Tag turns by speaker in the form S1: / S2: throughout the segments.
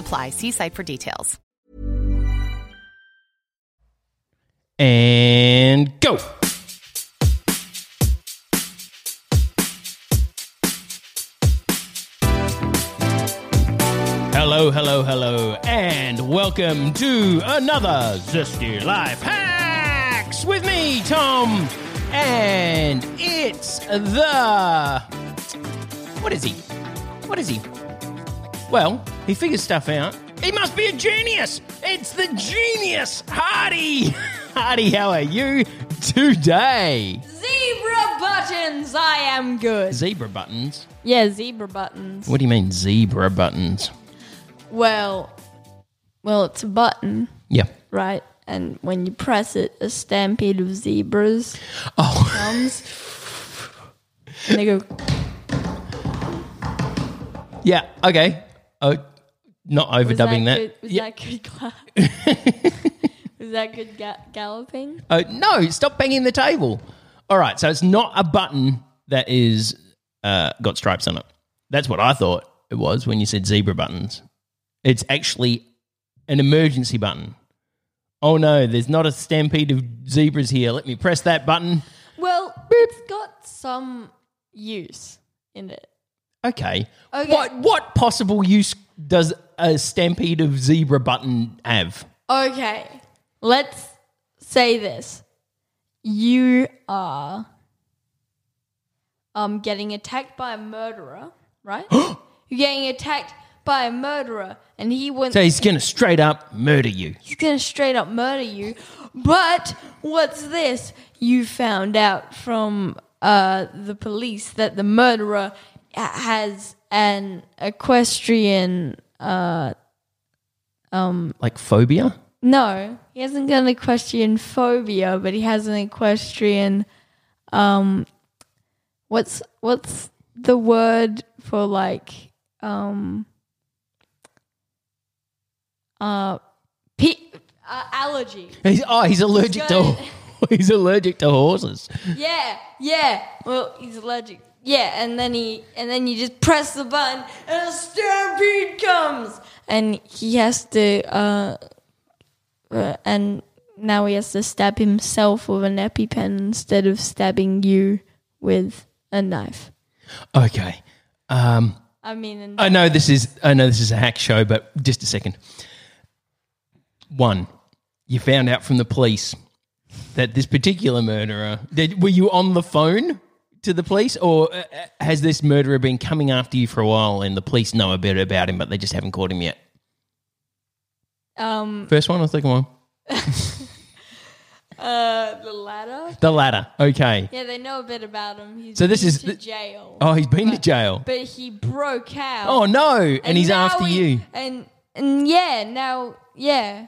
S1: apply. See site for details.
S2: And go. Hello, hello, hello, and welcome to another Zesty Life Hacks with me, Tom. And it's the. What is he? What is he? Well, he figures stuff out. He must be a genius. It's the genius, Hardy. Hardy, how are you today?
S3: Zebra buttons, I am good.
S2: Zebra buttons.
S3: Yeah, zebra buttons.
S2: What do you mean, zebra buttons?
S3: Well, well, it's a button,
S2: Yeah.
S3: right? And when you press it, a stampede of zebras
S2: Oh,
S3: comes. and they go,
S2: yeah. Okay. Oh, not
S3: was
S2: overdubbing that.
S3: good, was
S2: yeah.
S3: that good clap? was that good ga- galloping?
S2: Oh, no, stop banging the table. All right, so it's not a button that is uh, got stripes on it. That's what I thought it was when you said zebra buttons. It's actually an emergency button. Oh no, there's not a stampede of zebras here. Let me press that button.
S3: Well, it's got some use in it.
S2: Okay.
S3: Okay.
S2: What what possible use does a stampede of zebra button have?
S3: Okay, let's say this. You are um, getting attacked by a murderer, right? You're getting attacked by a murderer, and he wants
S2: So he's gonna straight up murder you.
S3: he's gonna straight up murder you. But what's this? You found out from uh, the police that the murderer ha- has an equestrian. Uh,
S2: Like phobia?
S3: No, he hasn't got an equestrian phobia, but he has an equestrian. Um, what's what's the word for like um, uh, pe- uh allergy?
S2: He's, oh, he's allergic to he's allergic to horses.
S3: Yeah, yeah. Well, he's allergic. Yeah, and then he and then you just press the button, and a stampede comes, and he has to. Uh, uh, and now he has to stab himself with an EpiPen instead of stabbing you with a knife.
S2: Okay. Um,
S3: I mean, and
S2: I know this is I know this is a hack show, but just a second. One, you found out from the police that this particular murderer. Did, were you on the phone to the police, or uh, uh, has this murderer been coming after you for a while, and the police know a bit about him, but they just haven't caught him yet?
S3: um,
S2: First one or second one?
S3: uh, the ladder.
S2: The latter. Okay.
S3: Yeah, they know a bit about him. He's
S2: So this
S3: been
S2: is
S3: to
S2: the-
S3: jail.
S2: Oh, he's been to jail.
S3: but he broke out.
S2: Oh no, and, he's
S3: now
S2: after
S3: he-
S2: you.
S3: And and yeah, now yeah,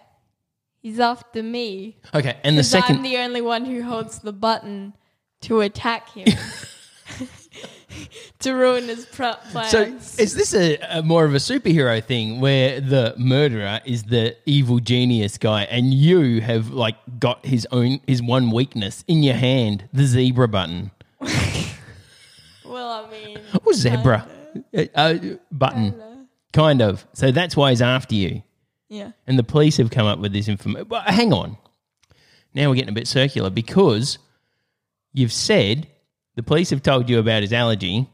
S3: he's after me.
S2: Okay, and the
S3: 'Cause
S2: second
S3: I'm the only one who holds the button to attack him to ruin his pro-
S2: So
S3: plans.
S2: is this a, a more of a superhero thing where the murderer is the evil genius guy and you have like got his own his one weakness in your hand, the zebra button.
S3: well, I mean,
S2: Or zebra. Uh, uh, button. Kind of. So that's why he's after you.
S3: yeah.
S2: And the police have come up with this information. But hang on. Now we're getting a bit circular because you've said the police have told you about his allergy.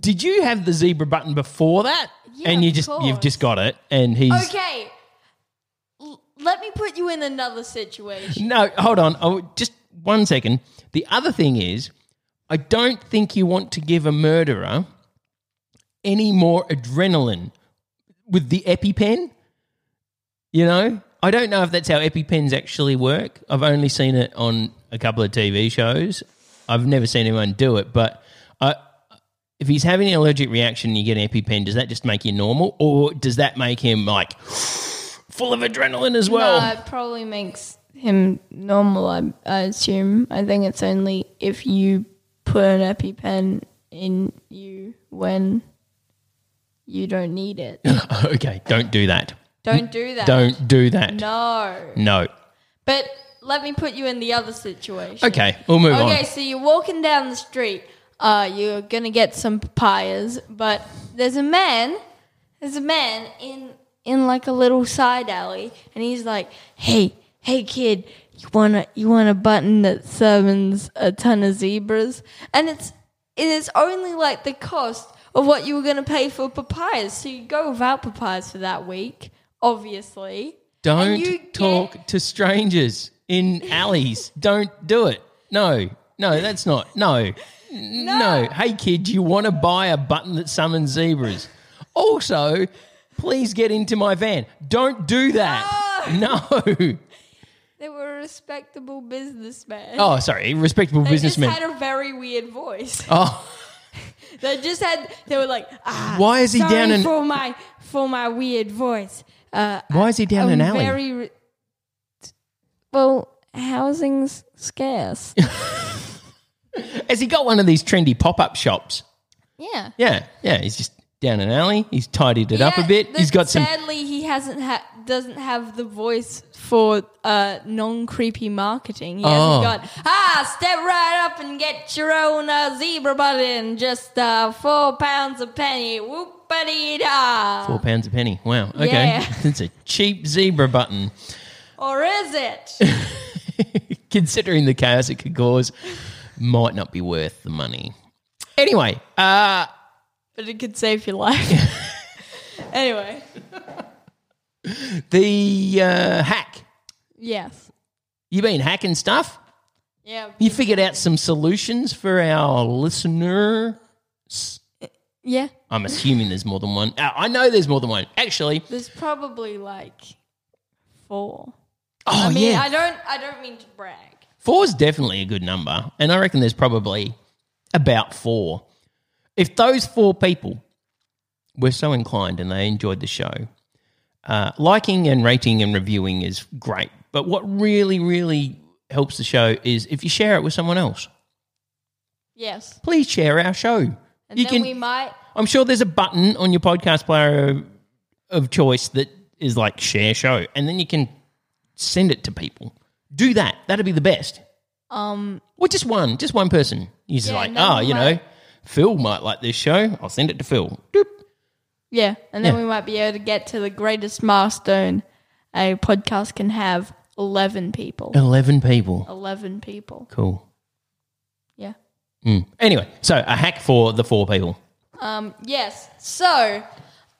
S2: Did you have the zebra button before that?
S3: Yeah,
S2: and you
S3: of
S2: just you've
S3: course.
S2: just got it, and he's
S3: Okay. L- let me put you in another situation.
S2: no. Hold on, oh, just one second. The other thing is, I don't think you want to give a murderer any more adrenaline with the EpiPen. You know, I don't know if that's how EpiPens actually work. I've only seen it on a couple of TV shows. I've never seen anyone do it, but I, if he's having an allergic reaction and you get an EpiPen, does that just make you normal, or does that make him like full of adrenaline as well?
S3: no, it probably makes him normal. I, I assume. I think it's only if you put an EpiPen in you when you don't need it.
S2: okay, don't do that.
S3: Don't do that.
S2: Don't do that.
S3: No.
S2: No.
S3: But let me put you in the other situation.
S2: Okay, we'll move
S3: Okay,
S2: on.
S3: so you're walking down the street. Uh, you're gonna get some papayas, but there's a man. There's a man in in like a little side alley, and he's like, "Hey, hey, kid, you wanna you want a button that summons a ton of zebras?" And it's it is only like the cost of what you were gonna pay for papayas. So you go without papayas for that week, obviously. And you
S2: Don't
S3: get-
S2: talk to strangers in alleys. Don't do it. No, no, that's not. No. N- no. Hey, kid, you want to buy a button that summons zebras? Also, please get into my van. Don't do that.
S3: Oh.
S2: No.
S3: They were a respectable businessman.
S2: Oh, sorry. Respectable
S3: they
S2: businessman.
S3: just had a very weird voice.
S2: oh,
S3: They just had. They were like, ah,
S2: Why is he
S3: sorry
S2: down in-
S3: for my for my weird voice? Uh,
S2: why is he down
S3: I'm
S2: an alley?
S3: Very re- well, housing's scarce.
S2: Has he got one of these trendy pop up shops?
S3: yeah.
S2: Yeah, yeah. He's just down an alley. He's tidied it up a bit. He's got some.
S3: Sadly, he hasn't ha- doesn't have the voice for uh, non creepy marketing. He
S2: Oh.
S3: hasn't got ah step right up and get your own uh, zebra button, just uh, four pounds a penny. Whoop a dee da.
S2: Four pounds a penny. Wow. Okay.
S3: Yeah.
S2: It's a cheap zebra button.
S3: Or is it?
S2: Considering the chaos it could cause, might not be worth the money. Anyway, uh,
S3: but it could save your life. anyway,
S2: the uh, hack.
S3: yes,
S2: You been hacking stuff?
S3: yeah,
S2: You figured out some solutions for our listener?
S3: yeah.
S2: I'm assuming there's more than one. Uh, I know there's more than one. Actually,
S3: There's probably like four.
S2: oh
S3: I mean,
S2: yeah,
S3: I don't, I don't mean to brag.
S2: Four is definitely a good number, and I reckon there's probably about four. If those four people were so inclined and they enjoyed the show, uh, liking and rating and reviewing is great. But what really, really helps the show is if you share it with someone else.
S3: Yes,
S2: Please share our show.
S3: and
S2: you
S3: then
S2: can.
S3: we might.
S2: I'm sure there's a button on your podcast player of, of choice that is like share show, and then you can send it to people. Do that. That'd be the best.
S3: Um,
S2: Well, just one, just one person. He's
S3: Yeah,
S2: like,
S3: no
S2: oh,
S3: one
S2: you know,
S3: might-
S2: Phil might like this show. I'll send it to Phil. Doop.
S3: yeah, and then
S2: Yeah.
S3: we might be able to get to the greatest milestone a podcast can have: eleven people.
S2: 11 people.
S3: Eleven people.
S2: Cool.
S3: Yeah.
S2: Mm. Anyway, so a hack for the four people.
S3: Um, yes. So,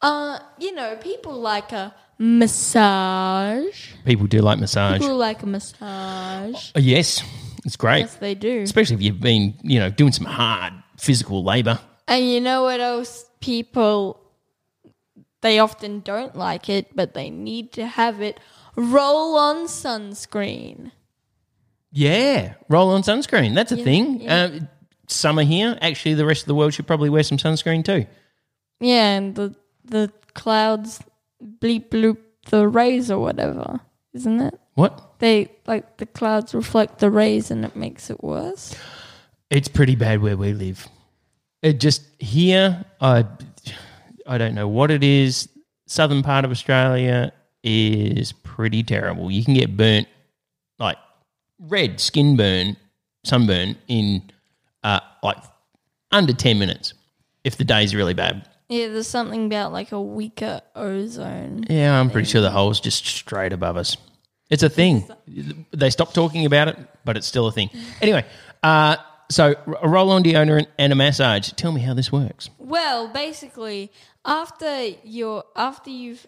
S3: uh, you know, people like a massage.
S2: People do like massage.
S3: People like a massage.
S2: Oh, yes, it's great.
S3: Yes, they do.
S2: Especially if you've been, you know, doing some hard physical labor.
S3: And you know what else? People, they often don't like it, but they need to have it. Roll on sunscreen.
S2: Yeah, roll on sunscreen. That's a thing. Uh, summer here. Actually, the rest of the world should probably wear some sunscreen too.
S3: Yeah, and the the clouds bleep bloop the rays or whatever, isn't it?
S2: What?
S3: They like the clouds reflect the rays and it makes it worse.
S2: It's pretty bad where we live. It just here, I I don't know what it is. Southern part of Australia is pretty terrible. You can get burnt, like red skin burn, sunburn in uh, like under ten minutes if the day's really bad.
S3: Yeah, there's something about like a weaker ozone.
S2: Yeah, I'm pretty sure the hole's just straight above us. It's a thing. They stopped talking about it, but it's still a thing. Anyway, uh, so a roll on deodorant and a massage. Tell me how this works.
S3: Well, basically, after your after you've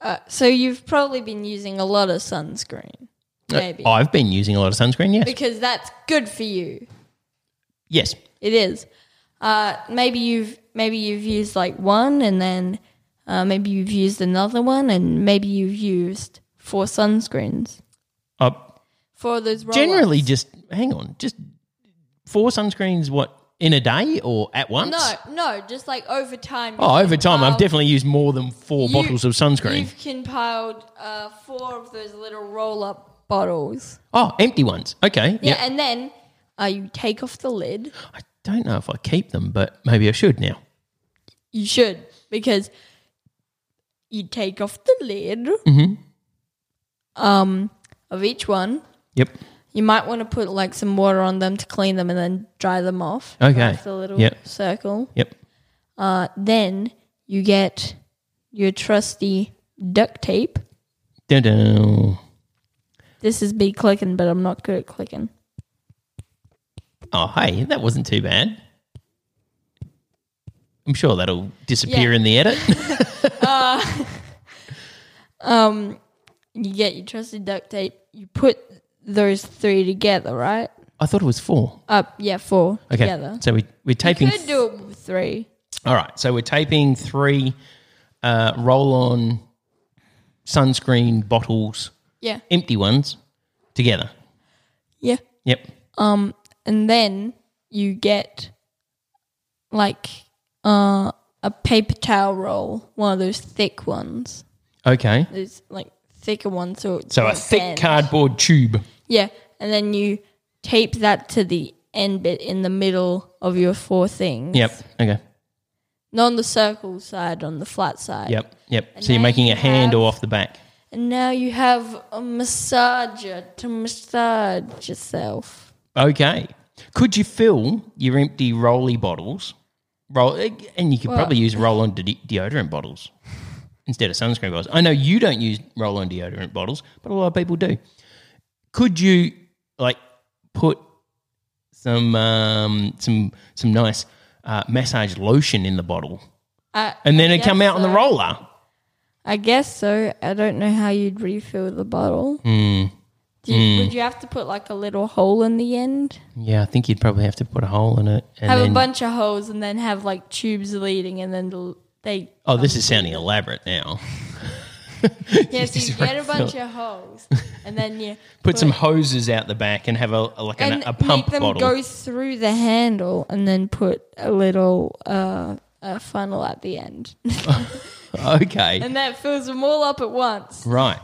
S3: uh, so you've probably been using a lot of sunscreen,
S2: Uh,
S3: maybe
S2: I've been using a lot of sunscreen. Yes,
S3: because that's good for you.
S2: yes.
S3: It is. Uh, maybe you've maybe you've used like one, and then uh, maybe you've used another one, and maybe you've used four sunscreens
S2: Uh,
S3: for those. roll-ups.
S2: generally, just hang on. Just four sunscreens. What in a day or at once?
S3: no, no, just like over time.
S2: Oh,
S3: you've
S2: over time, I've
S3: compiled-
S2: definitely used more than four
S3: you-
S2: bottles of sunscreen.
S3: You've compiled uh, four of those little roll-up bottles.
S2: Oh, empty ones. Okay.
S3: Yeah,
S2: Yeah.
S3: and then uh, you take off the lid.
S2: I don't know if I keep them, but maybe I should now.
S3: You should because you take off the lid
S2: Mm-hmm.
S3: um, of each one.
S2: Yep.
S3: You might want to put like some water on them to clean them and then dry them off.
S2: Okay.
S3: Off the little
S2: Yep.
S3: circle.
S2: Yep.
S3: Uh, then you get your trusty duct tape.
S2: Dun, dun.
S3: This is me clicking, but I'm not good at clicking.
S2: Oh, hey, that wasn't too bad. I'm sure that'll disappear
S3: Yeah.
S2: in the edit.
S3: You get your trusty duct tape. You put those three together, right?
S2: I thought it was four.
S3: Up, yeah, four
S2: Okay.
S3: together.
S2: So we, we're taping.
S3: Could do it with three.
S2: All right. So we're taping three uh, roll on sunscreen bottles,
S3: Yeah,
S2: empty ones, together.
S3: yeah.
S2: Yep.
S3: and then you get like uh, a paper towel roll, one of those thick ones,
S2: Okay.
S3: those like thicker ones. So it's
S2: So a
S3: like
S2: thick
S3: sand.
S2: cardboard tube.
S3: Yeah, and then you tape that to the end bit in the middle of your four things.
S2: Yep. Okay.
S3: Not on the circle side, on the flat side.
S2: Yep. Yep.
S3: And
S2: So you're
S3: now
S2: making
S3: you
S2: a handle
S3: have-
S2: off the back.
S3: And now you have a massager to massage yourself.
S2: Okay. Could you fill your empty rolly bottles? Roll, and you could probably use roll-on de- deodorant bottles instead of sunscreen bottles. I know you don't use roll-on deodorant bottles, but a lot of people do. Could you like put some um, some some nice uh, massage lotion in the bottle,
S3: I,
S2: and then
S3: I
S2: it come
S3: guess
S2: out on the
S3: so.
S2: roller?
S3: I guess so. I don't know how you'd refill the bottle.
S2: Hmm.
S3: Do you, Would you have to put like a little hole in the end?
S2: Yeah, I think you'd probably have to put a hole in it. And
S3: have
S2: then,
S3: a bunch of holes and then have like tubes leading and then the- they.
S2: oh, this is sounding elaborate now.
S3: Yes, you
S2: just
S3: get a bunch
S2: refill.
S3: of holes and then you.
S2: Put some hoses out the back and have a like an,
S3: And
S2: a pump
S3: make them
S2: bottle.
S3: go through the handle and then put a little uh, a funnel at the end.
S2: Okay.
S3: and that fills them all up at once.
S2: right.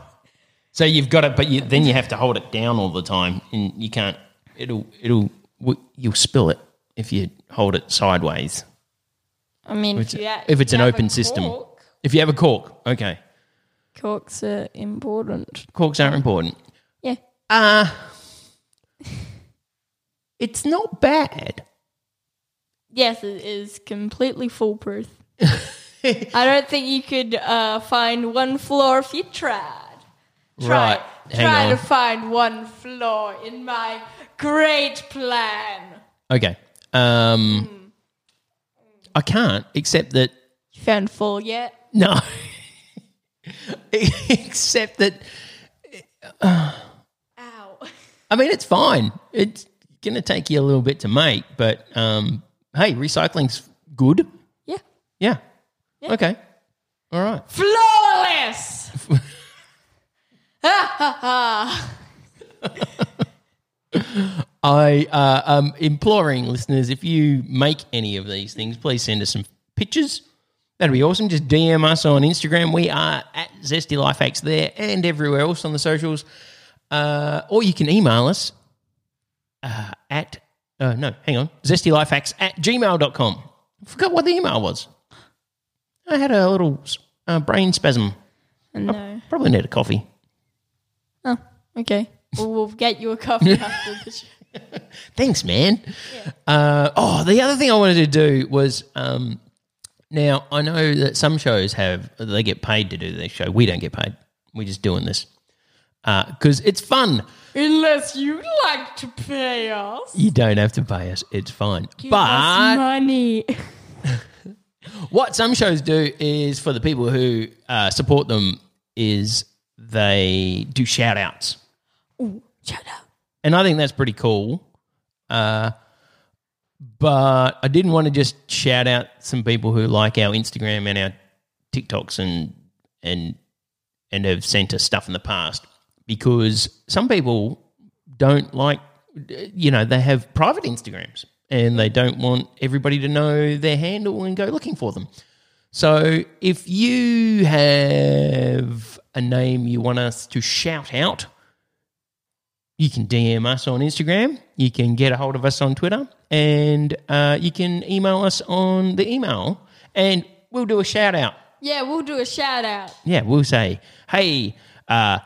S2: So you've got it, but you, then you have to hold it down all the time, and you can't. It'll it'll w- you'll spill it if you hold it sideways.
S3: I mean,
S2: If it's,
S3: if, you ha-
S2: if it's
S3: you
S2: an
S3: have a
S2: open system,
S3: cork,
S2: if you have a cork, okay,
S3: corks are important.
S2: corks are important.
S3: Yeah.
S2: Uh it's not bad.
S3: Yes, it is completely foolproof. I don't think you could uh, find one flaw if you tried. Try,
S2: Right. Hang
S3: try
S2: on.
S3: to find one flaw in my great plan.
S2: Okay. Um, I can't, except that
S3: You found four yet?
S2: No. Except that
S3: Ow.
S2: I mean it's fine. It's going to take you a little bit to make, but um hey, recycling's good.
S3: Yeah.
S2: Yeah. Okay. All right.
S3: Flawless!
S2: I uh, am imploring listeners if you make any of these things, please send us some pictures. That'd be awesome. Just DM us on Instagram. We are at Zesty Life Hacks there and everywhere else on the socials. Uh, or you can email us uh, at, uh, no, hang on, zestylifehacks at gmail.com. I forgot what the email was. I had a little uh, brain spasm.
S3: No.
S2: Probably need a coffee.
S3: Oh, okay. Well, we'll get you a coffee after the show.
S2: Thanks, man. Uh, oh, the other thing I wanted to do was um, now I know that some shows have they get paid to do their show. We don't get paid. We're just doing this because it's fun.
S3: Unless you'd like to pay us.
S2: You don't have to pay us. It's fine.
S3: Give us
S2: but
S3: money.
S2: What some shows do is for the people who uh, support them is they do shout outs.
S3: Shut up.
S2: and I think that's pretty cool. Uh, but I didn't want to just shout out some people who like our Instagram and our TikToks and and and have sent us stuff in the past because some people don't like you know they have private Instagrams and they don't want everybody to know their handle and go looking for them. So if you have a name you want us to shout out, you can DM us on Instagram. You can get a hold of us on Twitter, and uh, you can email us on the email, and we'll do a shout out.
S3: Yeah, we'll do a shout out.
S2: Yeah, we'll say, "Hey, uh,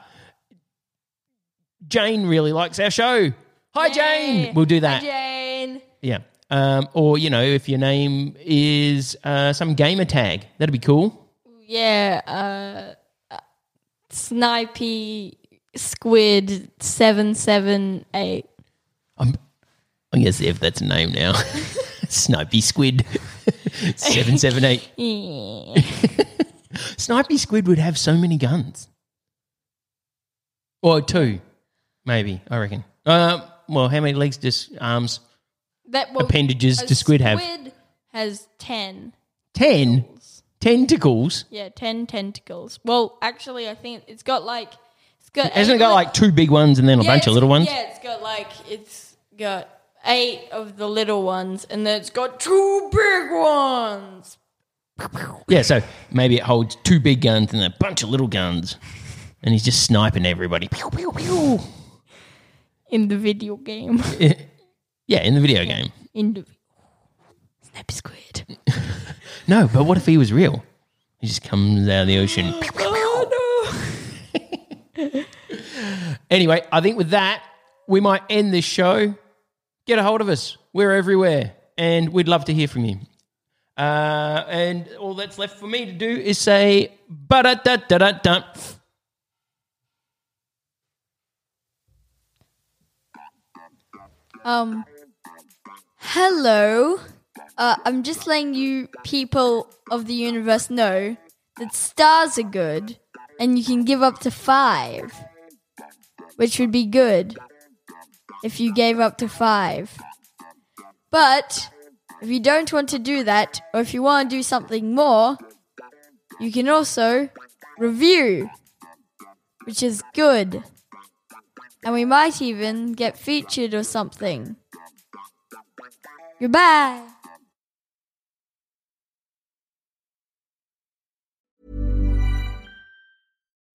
S2: Jane really likes our show. Hi, Jane." We'll do that.
S3: Jane.
S2: Yeah. Um, or you know, if your name is uh, some gamer tag, that'd be cool.
S3: Yeah, uh, uh, Snipey Squid seven seven eight.
S2: I guess if that's a name now, Snipey Squid seven seven eight.
S3: Yeah.
S2: Snipey Squid would have so many guns. Or two, maybe, I reckon. Uh, well, how many legs does um, arms,
S3: That well,
S2: appendages
S3: a
S2: does Squid have?
S3: Squid has ten.
S2: Ten. Tentacles.
S3: Yeah, ten tentacles. Well, actually, I think it's got like it's got.
S2: Hasn't
S3: eight
S2: it got like two big ones and then a
S3: Yeah,
S2: bunch of
S3: it's-
S2: little ones?
S3: Yeah, it's got like it's got eight of the little ones, and then it's got two big ones.
S2: Yeah, so maybe it holds two big guns and a bunch of little guns. And he's just sniping everybody. Pew, pew, pew.
S3: in the video game.
S2: Yeah, in the video game.
S3: in the Snap Squid.
S2: No, but what if he was real? He just comes out of the ocean. Pew, pew.
S3: Oh
S2: Anyway, I think with that, we might end this show. Get a hold of us. We're everywhere, and we'd love to hear from you. Uh, and all that's left for me to do is say, ba da da da da da.
S3: no. Um. Hello. Uh, I'm just letting you people of the universe know that stars are good, and you can give up to five, which would be good if you gave up to five. But if you don't want to do that, or if you want to do something more, you can also review, which is good. And we might even get featured or something. Goodbye.